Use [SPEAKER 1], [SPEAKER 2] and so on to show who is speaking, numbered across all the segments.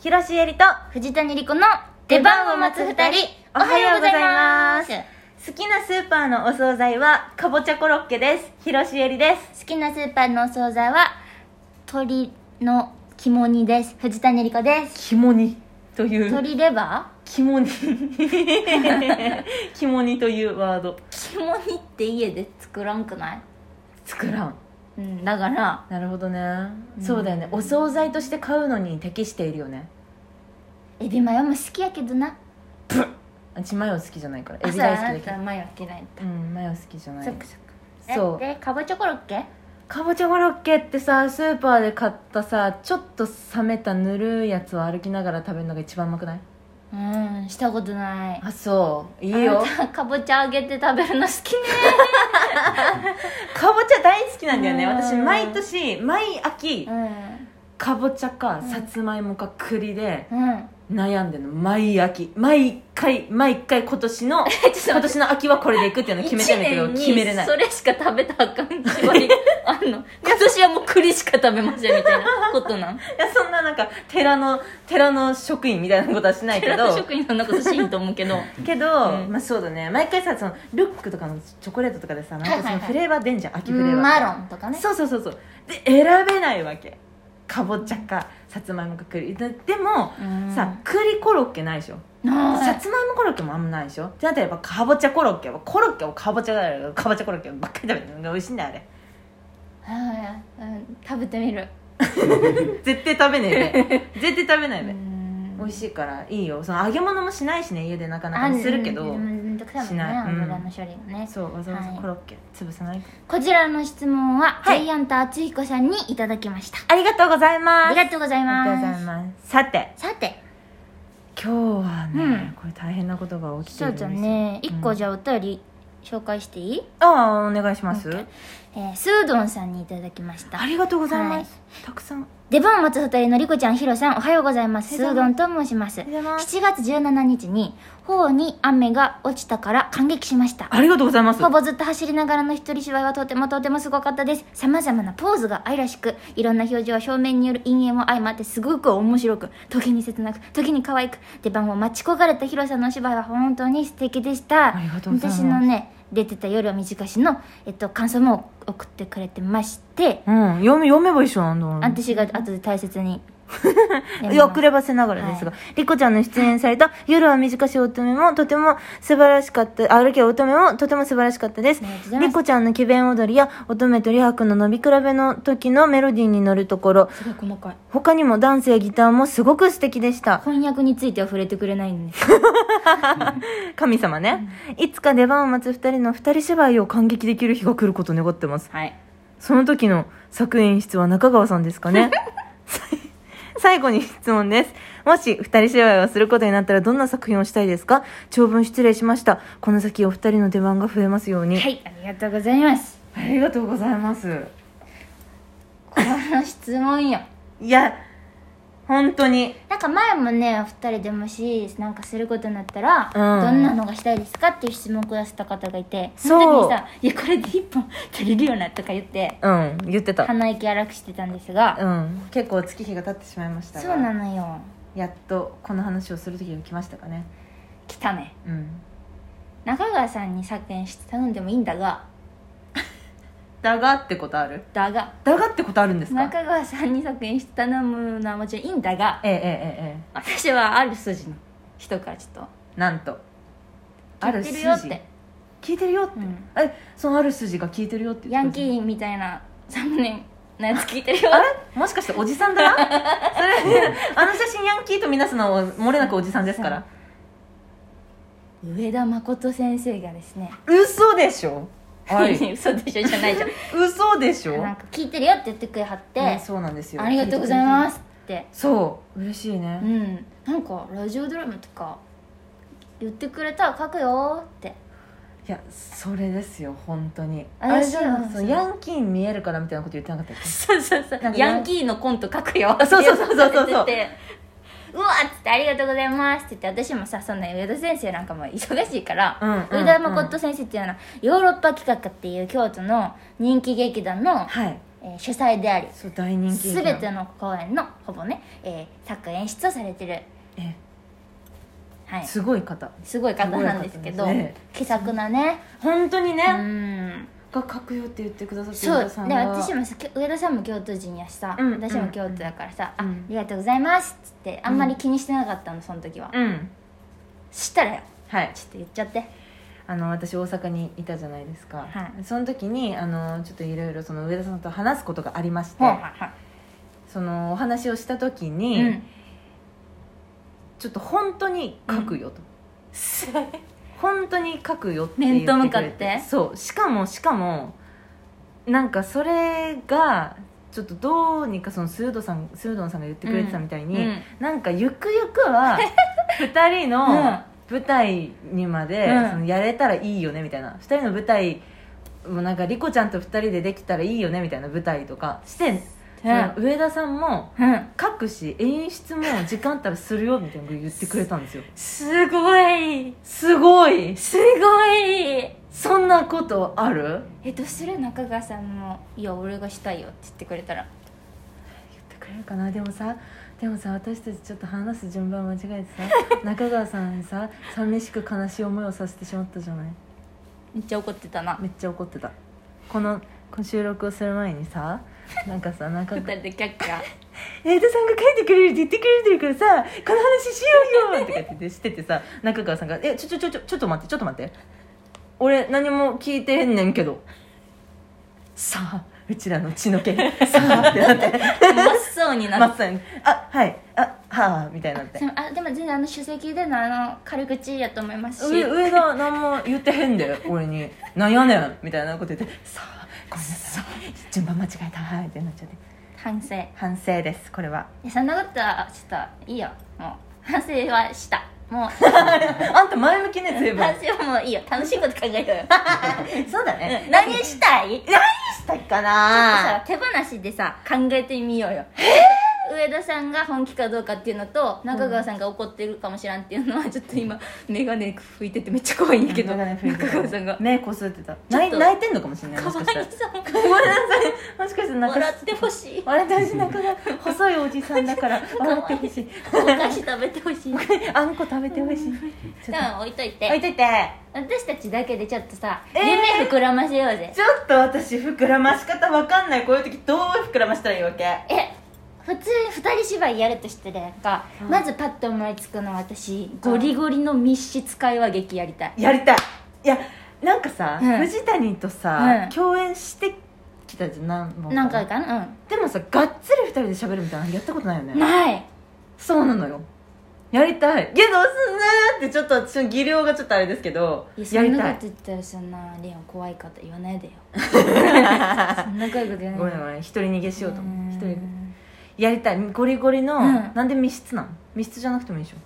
[SPEAKER 1] 広瀬えりと
[SPEAKER 2] 藤谷莉子の出番を待つ二人おはようございます
[SPEAKER 1] 好きなスーパーのお惣菜はかぼちゃコロッケです広瀬えりです
[SPEAKER 2] 好きなスーパーのお惣菜は鶏の肝煮です藤谷莉子です
[SPEAKER 1] 肝にという
[SPEAKER 2] 鶏レバ
[SPEAKER 1] 肝に 肝にというワード
[SPEAKER 2] ー肝煮って家で作らんくない
[SPEAKER 1] 作らん
[SPEAKER 2] うんだから
[SPEAKER 1] なるほどね、
[SPEAKER 2] うん
[SPEAKER 1] そうだよねお惣菜として買うのに適しているよね
[SPEAKER 2] エビマヨも好きやけどな
[SPEAKER 1] うちマヨ好きじゃないからエ
[SPEAKER 2] あ
[SPEAKER 1] ビ
[SPEAKER 2] そう
[SPEAKER 1] 大
[SPEAKER 2] や
[SPEAKER 1] 好
[SPEAKER 2] あな
[SPEAKER 1] きだ
[SPEAKER 2] た
[SPEAKER 1] け
[SPEAKER 2] マヨ嫌い
[SPEAKER 1] どうんマヨ好きじゃない
[SPEAKER 2] そっかそっか
[SPEAKER 1] そう
[SPEAKER 2] えでかぼちゃコロッケ
[SPEAKER 1] かぼちゃコロッケってさスーパーで買ったさちょっと冷めたぬるいやつを歩きながら食べるのが一番うまくない
[SPEAKER 2] うんしたことない
[SPEAKER 1] あそういいよ
[SPEAKER 2] あなたかぼちゃ揚げて食べるの好きね
[SPEAKER 1] かぼちゃ大好きなんだよね
[SPEAKER 2] うん
[SPEAKER 1] 私毎年毎秋
[SPEAKER 2] う
[SPEAKER 1] かぼちゃか
[SPEAKER 2] ん
[SPEAKER 1] さつまいもか栗で
[SPEAKER 2] んうん
[SPEAKER 1] 悩んでるの毎秋毎回毎回今年 の今年の秋はこれでいくっていうの決めてるんだけど
[SPEAKER 2] 一年に
[SPEAKER 1] 決めれない
[SPEAKER 2] それしか食べたらあかん縛りがあんの 今年はもう栗しか食べませんみたいなこと なん
[SPEAKER 1] いやそんななんか寺の寺の職員みたいなことはしないけ
[SPEAKER 2] 寺
[SPEAKER 1] ど
[SPEAKER 2] の職員のんなことしんと思うけ ど
[SPEAKER 1] けど、
[SPEAKER 2] うん
[SPEAKER 1] まあそうだね毎回さそのルックとかのチョコレートとかでさなんかそ
[SPEAKER 2] はいは
[SPEAKER 1] の
[SPEAKER 2] いはい
[SPEAKER 1] フレーバー出んじゃん秋フレーバー
[SPEAKER 2] マ
[SPEAKER 1] とか
[SPEAKER 2] ロンとかね
[SPEAKER 1] そうそうそうそうで選べないわけかぼちゃかさつまいもか栗ででも
[SPEAKER 2] うん
[SPEAKER 1] さ栗コロッケないでしょ
[SPEAKER 2] な
[SPEAKER 1] さ
[SPEAKER 2] あ
[SPEAKER 1] つまいもコロッケもあんまないでしょってなったらやっぱかぼちゃコロッケはコロッケをかぼちゃだよかぼちゃコロッケばっかり食べてるのが美味しいんだよあれ
[SPEAKER 2] はいうん食べてみる
[SPEAKER 1] 絶対食べねえ ね絶対食べな
[SPEAKER 2] う
[SPEAKER 1] いね
[SPEAKER 2] ん
[SPEAKER 1] 美味しいからいいよその揚げ物もしないしね家でなかな
[SPEAKER 2] あ
[SPEAKER 1] か
[SPEAKER 2] ん
[SPEAKER 1] にするけど、
[SPEAKER 2] うんうんめんどくさいも
[SPEAKER 1] し
[SPEAKER 2] んね
[SPEAKER 1] ないうん
[SPEAKER 2] 油の処理がね
[SPEAKER 1] そうわざわざ
[SPEAKER 2] はい
[SPEAKER 1] コロッケ、潰さない
[SPEAKER 2] こちらの質問はジ
[SPEAKER 1] はい
[SPEAKER 2] ャイアント厚彦さんにいただきました
[SPEAKER 1] ありがとうございます
[SPEAKER 2] ありがとうござい
[SPEAKER 1] ありがとうご
[SPEAKER 2] ま
[SPEAKER 1] ざい
[SPEAKER 2] す
[SPEAKER 1] ますさて
[SPEAKER 2] さて
[SPEAKER 1] 今日はね、
[SPEAKER 2] うん
[SPEAKER 1] これ大変なことが起きて
[SPEAKER 2] そ
[SPEAKER 1] るん
[SPEAKER 2] う
[SPEAKER 1] です
[SPEAKER 2] ちゃ
[SPEAKER 1] よ
[SPEAKER 2] んね一個
[SPEAKER 1] うん
[SPEAKER 2] じゃあお便り紹介していい
[SPEAKER 1] ああお願いします、
[SPEAKER 2] オッケーえースードンさんにいただきました
[SPEAKER 1] ありがとうございます、たくさんあ
[SPEAKER 2] 出番を待つ二人のりこちゃんひろさんおはようございますス
[SPEAKER 1] おはよ
[SPEAKER 2] ー
[SPEAKER 1] うご
[SPEAKER 2] ド
[SPEAKER 1] ざい
[SPEAKER 2] ンと申します
[SPEAKER 1] りがとうございます
[SPEAKER 2] 7月17日に頬に雨が落ちたから感激しました
[SPEAKER 1] ありがとうございます
[SPEAKER 2] ほぼずっと走りながらの一人芝居はとてもとてもすごかったですさまざまなポーズが愛らしくいろんな表情は表面による陰影も相まってすごく面白く時に切なく時に可愛く出番を待ち焦がれたヒロさんのお芝居は本当に素敵でした
[SPEAKER 1] ありがとうございます
[SPEAKER 2] 私のね出てた夜は短しの、えっと、感想も送ってくれてまして、
[SPEAKER 1] うん読め読めば一緒なんだ俺
[SPEAKER 2] 私が後で大 切にやります
[SPEAKER 1] 遅ればせながらですが、リコちゃんの出演された「夜は短し乙女」もとても素晴らしかった歩きは乙女もとても素晴らしかったです
[SPEAKER 2] ありがとうございます
[SPEAKER 1] リコちゃんの奇弁踊りや乙女とリハクの伸び比べの時のメロディーに乗るところ
[SPEAKER 2] すごい細かい
[SPEAKER 1] 他にもダンスやギターもすごく素敵でした
[SPEAKER 2] 翻訳については触れてくれないのに
[SPEAKER 1] 神様ね、いつか出番を待つ2人の2人芝居を感激できる日が来ることを願ってます
[SPEAKER 2] はい
[SPEAKER 1] その時の作演室は中川さんですか ねさい最後に質問です。もし二人芝居をすることになったらどんな作品をしたいですか長文失礼しました。この先お二人の出番が増えますように。
[SPEAKER 2] はいありがとうございます
[SPEAKER 1] ありがとうございます。
[SPEAKER 2] この質問よ
[SPEAKER 1] いや、本当に。
[SPEAKER 2] なんか前もねお二人でもしなんかすることになったら、
[SPEAKER 1] うん
[SPEAKER 2] どんなのがしたいですかっていう質問をくださった方がいて
[SPEAKER 1] そう
[SPEAKER 2] の時にさ「いやこれで一本足りるよな」とか言って
[SPEAKER 1] うん、言ってた。
[SPEAKER 2] 鼻息荒くしてたんですが、
[SPEAKER 1] うん、結構月日が経ってしまいましたが。
[SPEAKER 2] そうなのよ
[SPEAKER 1] やっとこの話をする時が来ましたかね。
[SPEAKER 2] 来たね
[SPEAKER 1] うん。
[SPEAKER 2] 中川さんに作演して頼んでもいいんだが
[SPEAKER 1] だがってことある
[SPEAKER 2] だが
[SPEAKER 1] だがってことあるんですか
[SPEAKER 2] 中川さんに作演して頼むのはもちろんいいんだが
[SPEAKER 1] ええええええ
[SPEAKER 2] 私はある筋の人からちょっ
[SPEAKER 1] なんと。
[SPEAKER 2] と聞いてるよっ
[SPEAKER 1] ある筋
[SPEAKER 2] て、
[SPEAKER 1] 聞いてるよって
[SPEAKER 2] うん、
[SPEAKER 1] えそのある筋が聞いてるよって言
[SPEAKER 2] ヤ
[SPEAKER 1] って
[SPEAKER 2] ン
[SPEAKER 1] た
[SPEAKER 2] キ
[SPEAKER 1] じゃん
[SPEAKER 2] ーみたいなサムネのやつ聞いてるよ
[SPEAKER 1] あれもしかしておじさんだなそれあの写真ヤンキーとみなすのは漏れなくおじさんですから
[SPEAKER 2] 上田誠先生がですね
[SPEAKER 1] 嘘でしょは い
[SPEAKER 2] 嘘でしょじゃないじゃん
[SPEAKER 1] 嘘でしょ
[SPEAKER 2] なんか聞いてるよって言ってくれはって、
[SPEAKER 1] ねそうなんですよ
[SPEAKER 2] ありがとうございますって
[SPEAKER 1] すそう嬉しいうね
[SPEAKER 2] んなんかラジオドラマとか言ってくれたら書くよって
[SPEAKER 1] いやそれですよ本当にあ
[SPEAKER 2] 怪
[SPEAKER 1] れ
[SPEAKER 2] しい
[SPEAKER 1] じ
[SPEAKER 2] よ
[SPEAKER 1] ゃんそ
[SPEAKER 2] そうれ
[SPEAKER 1] ヤンキーに見えるからみたいなこと言ってなかったっけ
[SPEAKER 2] そうそうそう
[SPEAKER 1] なんか
[SPEAKER 2] ヤンキーのコント書くよ
[SPEAKER 1] あそうそうそうそうそう
[SPEAKER 2] って言ってうわっつって「ありがとうございます」って言って私もさそんな上田先生なんかも忙しいから、
[SPEAKER 1] うんうんうん
[SPEAKER 2] 上田誠先生っていうのはヨーロッパ企画っていう京都の人気劇団の、
[SPEAKER 1] はい
[SPEAKER 2] えー主催であり
[SPEAKER 1] そう大人気
[SPEAKER 2] 全ての公演のほぼね、えー作演出をされてる、
[SPEAKER 1] え
[SPEAKER 2] はい、
[SPEAKER 1] すごい方
[SPEAKER 2] すごい方なんですけ
[SPEAKER 1] す
[SPEAKER 2] ど
[SPEAKER 1] ごい方ですね
[SPEAKER 2] 気さくなね
[SPEAKER 1] 本当に
[SPEAKER 2] う
[SPEAKER 1] ね、
[SPEAKER 2] ん
[SPEAKER 1] が書くよって言ってくださって
[SPEAKER 2] そう
[SPEAKER 1] る
[SPEAKER 2] で
[SPEAKER 1] さんが
[SPEAKER 2] 私もさ上田さんも京都人やしさ、
[SPEAKER 1] うん
[SPEAKER 2] 私も京都だからさ「
[SPEAKER 1] うん
[SPEAKER 2] あありがとうございます」っつってあんまり気にしてなかったのその時は、
[SPEAKER 1] うん
[SPEAKER 2] したらよ
[SPEAKER 1] はい
[SPEAKER 2] ちょっと言っちゃって
[SPEAKER 1] あの私大阪にいたじゃないですか、
[SPEAKER 2] はい
[SPEAKER 1] その時にあのちょっといろいろその上田さんと話すことがありまして、
[SPEAKER 2] はいは
[SPEAKER 1] そのお話をした時
[SPEAKER 2] い
[SPEAKER 1] に、
[SPEAKER 2] はいうん
[SPEAKER 1] ちょっと本当に書くよと、本当に書くよって
[SPEAKER 2] 面
[SPEAKER 1] 言
[SPEAKER 2] と
[SPEAKER 1] っ
[SPEAKER 2] 向
[SPEAKER 1] てく
[SPEAKER 2] か
[SPEAKER 1] れ
[SPEAKER 2] って
[SPEAKER 1] てそうしかもしかもなんかそれがちょっとどうにかそのスードさんスードンさんが言ってくれてたみたいに、
[SPEAKER 2] うんうん
[SPEAKER 1] なんかゆくゆく は二人の舞台にまで、
[SPEAKER 2] うん
[SPEAKER 1] そのやれたらいいよねみたいな二人の舞台もなんかリコちゃんと二人でできたらいいよねみたいな舞台とかして、その上田さんも
[SPEAKER 2] うん
[SPEAKER 1] 各し演出も時間あったらするよみたいなこと言ってくれたんですよ
[SPEAKER 2] すごい
[SPEAKER 1] すごい
[SPEAKER 2] すごい
[SPEAKER 1] そんなことある
[SPEAKER 2] えどうする中川さんも「いや俺がしたいよ」って言ってくれたら
[SPEAKER 1] 言ってくれるかなでもさでもさ私たちちょっと話す順番間違えて さ中川さんにさ寂しく悲しい思いをさせてしまったじゃない
[SPEAKER 2] めっちゃ怒ってたな
[SPEAKER 1] めっちゃ怒ってたこのこの収録をする前にさなんかさ中
[SPEAKER 2] 二
[SPEAKER 1] 川
[SPEAKER 2] 人でキャッキャ
[SPEAKER 1] 江田さんが書いてくれるって言ってくれてるからさこの話しようよとか言ってしててさ中川さんが「えちょちょちょちょちょっと待ってちょっと待って俺何も聞いてへんねんけどさあうちらの血の毛さあ」って なって
[SPEAKER 2] 真っ青に
[SPEAKER 1] ま
[SPEAKER 2] なっ
[SPEAKER 1] っさに「あはいあはあ」みたいになって
[SPEAKER 2] てでもあでも全然あの首席でのあの軽口やと思いますし
[SPEAKER 1] 上上田何も言ってへんで俺に「なんやねん」みたいなこと言って「さあごめんなさい順番間違えたはい」ってなっちゃって
[SPEAKER 2] 反省い
[SPEAKER 1] 反省ですこれは
[SPEAKER 2] やそんなことはちょっといいよもう反省はしたもう
[SPEAKER 1] あんた前向きね随分
[SPEAKER 2] 反省はもういいよ楽しいこと考 えようよ
[SPEAKER 1] そうだ
[SPEAKER 2] うん
[SPEAKER 1] ね
[SPEAKER 2] 何したい
[SPEAKER 1] したか
[SPEAKER 2] さ
[SPEAKER 1] な
[SPEAKER 2] 手放しでさ考えてみようよ上田さんが本気かどうかっていうのと中川さんが怒ってるかもしらんっていうのはちょっと今眼鏡拭いててめっちゃ怖いんやけど中川さんが
[SPEAKER 1] 目こすってた
[SPEAKER 2] ちょっ
[SPEAKER 1] 泣い
[SPEAKER 2] と
[SPEAKER 1] 泣いてんのかもしれない
[SPEAKER 2] か
[SPEAKER 1] も
[SPEAKER 2] わ
[SPEAKER 1] し
[SPEAKER 2] い
[SPEAKER 1] かしたら
[SPEAKER 2] そう
[SPEAKER 1] ごめんなさいもしかしたら中
[SPEAKER 2] 笑ってほしい
[SPEAKER 1] 笑ってほしい中が細いおじさんだから笑ってほしい
[SPEAKER 2] お菓子食べてほ しい
[SPEAKER 1] あんこ食べてほしいちょっ
[SPEAKER 2] 置いとい
[SPEAKER 1] と置い
[SPEAKER 2] て
[SPEAKER 1] といて
[SPEAKER 2] 私たちだけでちょっとさ
[SPEAKER 1] えー
[SPEAKER 2] 夢膨らませようぜ
[SPEAKER 1] ちょっと私膨らまし方わかんないこういう時どう膨らましたらいいわけ
[SPEAKER 2] え普通二人芝居やるとしてなんか
[SPEAKER 1] うん
[SPEAKER 2] まずパッと思いつくのは私ゴリゴリの密室会話劇やりたい
[SPEAKER 1] やりたいいやなんかさ、
[SPEAKER 2] うん
[SPEAKER 1] 藤谷とさ、
[SPEAKER 2] うん
[SPEAKER 1] 共演してきたじゃん何本か
[SPEAKER 2] 何回かなうん
[SPEAKER 1] でもさがっつり二人で喋るみたいなのやったことないよね
[SPEAKER 2] ない
[SPEAKER 1] そうなのよやりたいけどすんなーってちょっと私の技量がちょっとあれですけど
[SPEAKER 2] いやそ
[SPEAKER 1] や
[SPEAKER 2] ん
[SPEAKER 1] り
[SPEAKER 2] な
[SPEAKER 1] た
[SPEAKER 2] こ
[SPEAKER 1] い
[SPEAKER 2] と言ったらそんなレオン怖い方言わ ないでよそんな怖いこ
[SPEAKER 1] ご
[SPEAKER 2] と言わない
[SPEAKER 1] めんごめん一人逃げしようと
[SPEAKER 2] う
[SPEAKER 1] 思
[SPEAKER 2] ん
[SPEAKER 1] う一人やりたいゴリゴリの、
[SPEAKER 2] うん
[SPEAKER 1] なんで密室なの密室じゃなくてもいいでしょ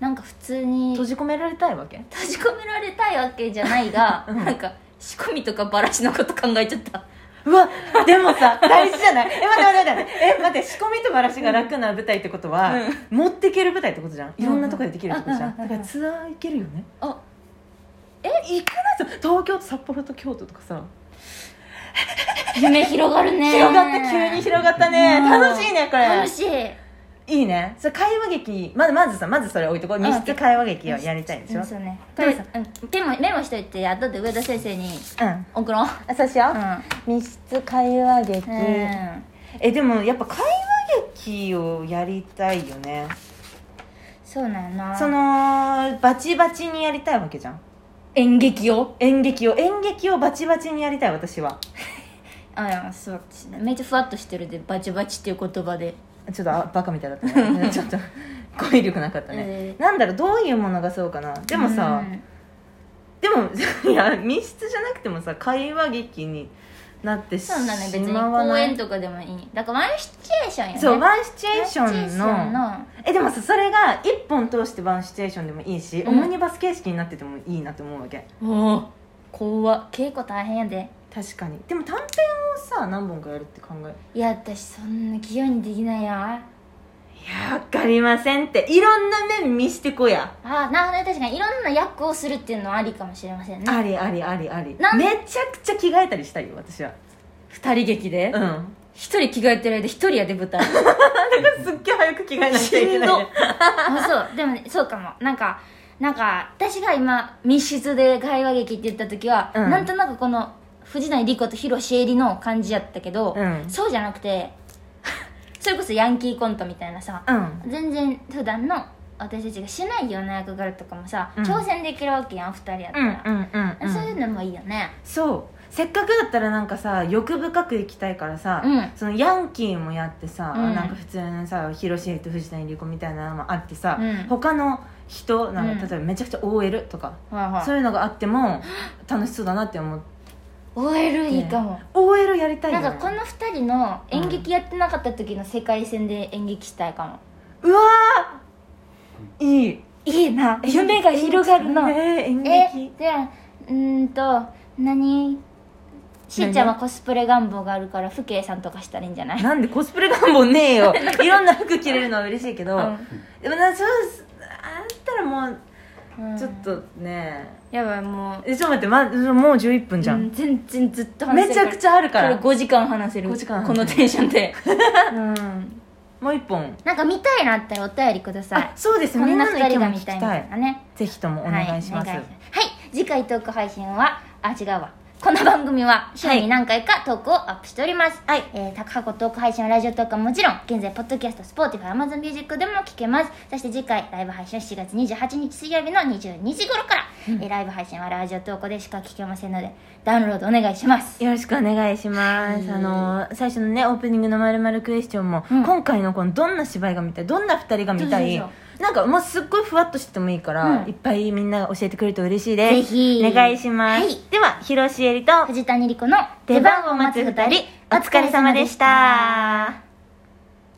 [SPEAKER 2] なんか普通に
[SPEAKER 1] 閉じ込められたいわけ
[SPEAKER 2] 閉じ込められたいわけじゃないが、
[SPEAKER 1] うん
[SPEAKER 2] なんか仕込みとかバラしのこと考えちゃった
[SPEAKER 1] うわでも さ大事じゃないえ待って待って待ってえ待って仕込みとばらしが楽な舞台ってことは、持ってける舞台ってことじゃんいろんなとこでできるってことじゃん、
[SPEAKER 2] うんうんうん
[SPEAKER 1] だからツアー行けるよね
[SPEAKER 2] あ
[SPEAKER 1] え行かないと東京と札幌と京都とかさ
[SPEAKER 2] 夢広がるね
[SPEAKER 1] 広がった急に広がったね、
[SPEAKER 2] うん
[SPEAKER 1] 楽しいねこれ
[SPEAKER 2] 楽しい
[SPEAKER 1] いいねそれ会話劇まずまずさまずそれ置いとこう
[SPEAKER 2] うん
[SPEAKER 1] 密室会話劇をやりたいでしょ
[SPEAKER 2] うんそうね
[SPEAKER 1] カメさん
[SPEAKER 2] うんでもメモしといて後で上田先生に
[SPEAKER 1] うん
[SPEAKER 2] 送ろう
[SPEAKER 1] あそうしよ
[SPEAKER 2] うん
[SPEAKER 1] う、密室会話劇、
[SPEAKER 2] うん、
[SPEAKER 1] えでもやっぱ会話劇をやりたいよね
[SPEAKER 2] そうなんやな
[SPEAKER 1] そのバチバチにやりたいわけじゃん
[SPEAKER 2] 演劇を
[SPEAKER 1] 演劇を演劇をバチバチにやりたい私は
[SPEAKER 2] あいやそうですねめっちゃふわっとしてるでバチバチっていう言葉で
[SPEAKER 1] ちょっとあバカみたいだった ねちょっと語彙力なかったね、
[SPEAKER 2] え
[SPEAKER 1] なんだろうどういうものがそうかなでもさ、
[SPEAKER 2] うん
[SPEAKER 1] でも いや密室じゃなくてもさ会話劇になってし
[SPEAKER 2] そうだね別に
[SPEAKER 1] まわ
[SPEAKER 2] 公
[SPEAKER 1] ない
[SPEAKER 2] 演とかでもいいだからワンシチュエーションやね
[SPEAKER 1] そう
[SPEAKER 2] ン
[SPEAKER 1] ワンシチュエーションの
[SPEAKER 2] の
[SPEAKER 1] えでもさそれが1本通してワンシチュエーションでもいいし、
[SPEAKER 2] うん
[SPEAKER 1] オムニバス形式になっててもいいなと思うわけ
[SPEAKER 2] おお怖っ稽古大変やで
[SPEAKER 1] 確かにでも短編をさ何本かやるって考え
[SPEAKER 2] いや私そんな器用にできないや
[SPEAKER 1] いやわかりませんっていろんな面見してこや、
[SPEAKER 2] あーなるほどね確かにいろんな役をするっていうのはありかもしれませんね
[SPEAKER 1] ありありありあり
[SPEAKER 2] なん
[SPEAKER 1] めちゃくちゃ着替えたりしたいよ私は
[SPEAKER 2] 二人劇で
[SPEAKER 1] うん
[SPEAKER 2] 一、人着替えてる間一人やで舞台
[SPEAKER 1] すっげえ早く着替えなきゃい
[SPEAKER 2] し
[SPEAKER 1] け
[SPEAKER 2] ん
[SPEAKER 1] な
[SPEAKER 2] ど
[SPEAKER 1] い、ね
[SPEAKER 2] あ、そうでもねそうかもなんかなんか私が今密室で会話劇って言った時は、
[SPEAKER 1] うん
[SPEAKER 2] なんとなくこの藤谷莉子と広瀬絵里の感じやったけど、
[SPEAKER 1] うん
[SPEAKER 2] そうじゃなくてそれこそヤンキーコントみたいなさ、
[SPEAKER 1] うん
[SPEAKER 2] 全然普段の私たちがしないような役柄とかもさ、
[SPEAKER 1] うん
[SPEAKER 2] 挑戦できるわけやん二人やった
[SPEAKER 1] うん
[SPEAKER 2] ら、
[SPEAKER 1] うんうんうん
[SPEAKER 2] そういうのもいいよね
[SPEAKER 1] そうせっかくだったらなんかさ欲深く行きたいからさ、
[SPEAKER 2] うん
[SPEAKER 1] そのヤンキーもやってさ、
[SPEAKER 2] うん
[SPEAKER 1] なんか普通のさ広瀬と藤谷莉子みたいなのもあってさ、
[SPEAKER 2] うん
[SPEAKER 1] 他の人なん
[SPEAKER 2] う
[SPEAKER 1] か
[SPEAKER 2] ん
[SPEAKER 1] 例えばめちゃくちゃ OL とか、
[SPEAKER 2] はい
[SPEAKER 1] そういうのがあっても楽しそうだなって思って
[SPEAKER 2] OL いいかも、
[SPEAKER 1] OL やりたい
[SPEAKER 2] な
[SPEAKER 1] よ、
[SPEAKER 2] ん
[SPEAKER 1] ね、
[SPEAKER 2] かこの二人の演劇やってなかった時の世界線で演劇したいかも、
[SPEAKER 1] うわーいい
[SPEAKER 2] いいな夢が広がるなえ
[SPEAKER 1] えー、演劇
[SPEAKER 2] でうーんと何しーちゃんはコスプレ願望があるから父兄さんとかしたらいいんじゃない
[SPEAKER 1] なんでコスプレ願望ねえ よいろんな服着れるのは嬉しいけど、
[SPEAKER 2] うん
[SPEAKER 1] でもなそうあったらも
[SPEAKER 2] うん
[SPEAKER 1] うちょっとね、
[SPEAKER 2] やばいもう
[SPEAKER 1] えちょっと待って、ま、もう11分じゃ、
[SPEAKER 2] うんん全然ずっと話せ
[SPEAKER 1] め
[SPEAKER 2] る
[SPEAKER 1] ち
[SPEAKER 2] から
[SPEAKER 1] ゃくちゃあるから
[SPEAKER 2] これ5時間話せる
[SPEAKER 1] 5時間
[SPEAKER 2] このテンショ ンでうん
[SPEAKER 1] もう1本
[SPEAKER 2] なんか見たいなあったらお便りください
[SPEAKER 1] あそうです
[SPEAKER 2] こ
[SPEAKER 1] みん
[SPEAKER 2] んな
[SPEAKER 1] なの意
[SPEAKER 2] 2
[SPEAKER 1] 見
[SPEAKER 2] 人
[SPEAKER 1] も
[SPEAKER 2] が
[SPEAKER 1] 聞
[SPEAKER 2] 見
[SPEAKER 1] き
[SPEAKER 2] た
[SPEAKER 1] た
[SPEAKER 2] い
[SPEAKER 1] い
[SPEAKER 2] みたいなね
[SPEAKER 1] ぜひともお願いします、
[SPEAKER 2] はい、お願いはい次回トーク配信はあ違うわこの番組は週に何回かトークをアップしております、はいえー、過去トーク配信はラジオトークはもちろん現在ポッドキャスト Spotify Amazon Music でも聞けますそして次回ライブ配信は7月28日水曜日の22時頃から、えーライブ配信はラジオトークでしか聞けませんのでダウンロードお願いします
[SPEAKER 1] よろしくお願いします、
[SPEAKER 2] は
[SPEAKER 1] あ
[SPEAKER 2] い
[SPEAKER 1] の最初のねオープニングの「まるまるクエスチョンも」
[SPEAKER 2] うん
[SPEAKER 1] 今回のこのどんな芝居が見たいどんな2人が見たい
[SPEAKER 2] そうそう
[SPEAKER 1] なんかもうすっごいふわっとしてもいいから、
[SPEAKER 2] うん
[SPEAKER 1] いっぱいみんなが教えてくれると嬉しいです
[SPEAKER 2] ぜひ
[SPEAKER 1] お願いします、
[SPEAKER 2] はい
[SPEAKER 1] では広瀬絵里と
[SPEAKER 2] 藤谷莉子の
[SPEAKER 1] 出番を待つ2人お疲れ様でした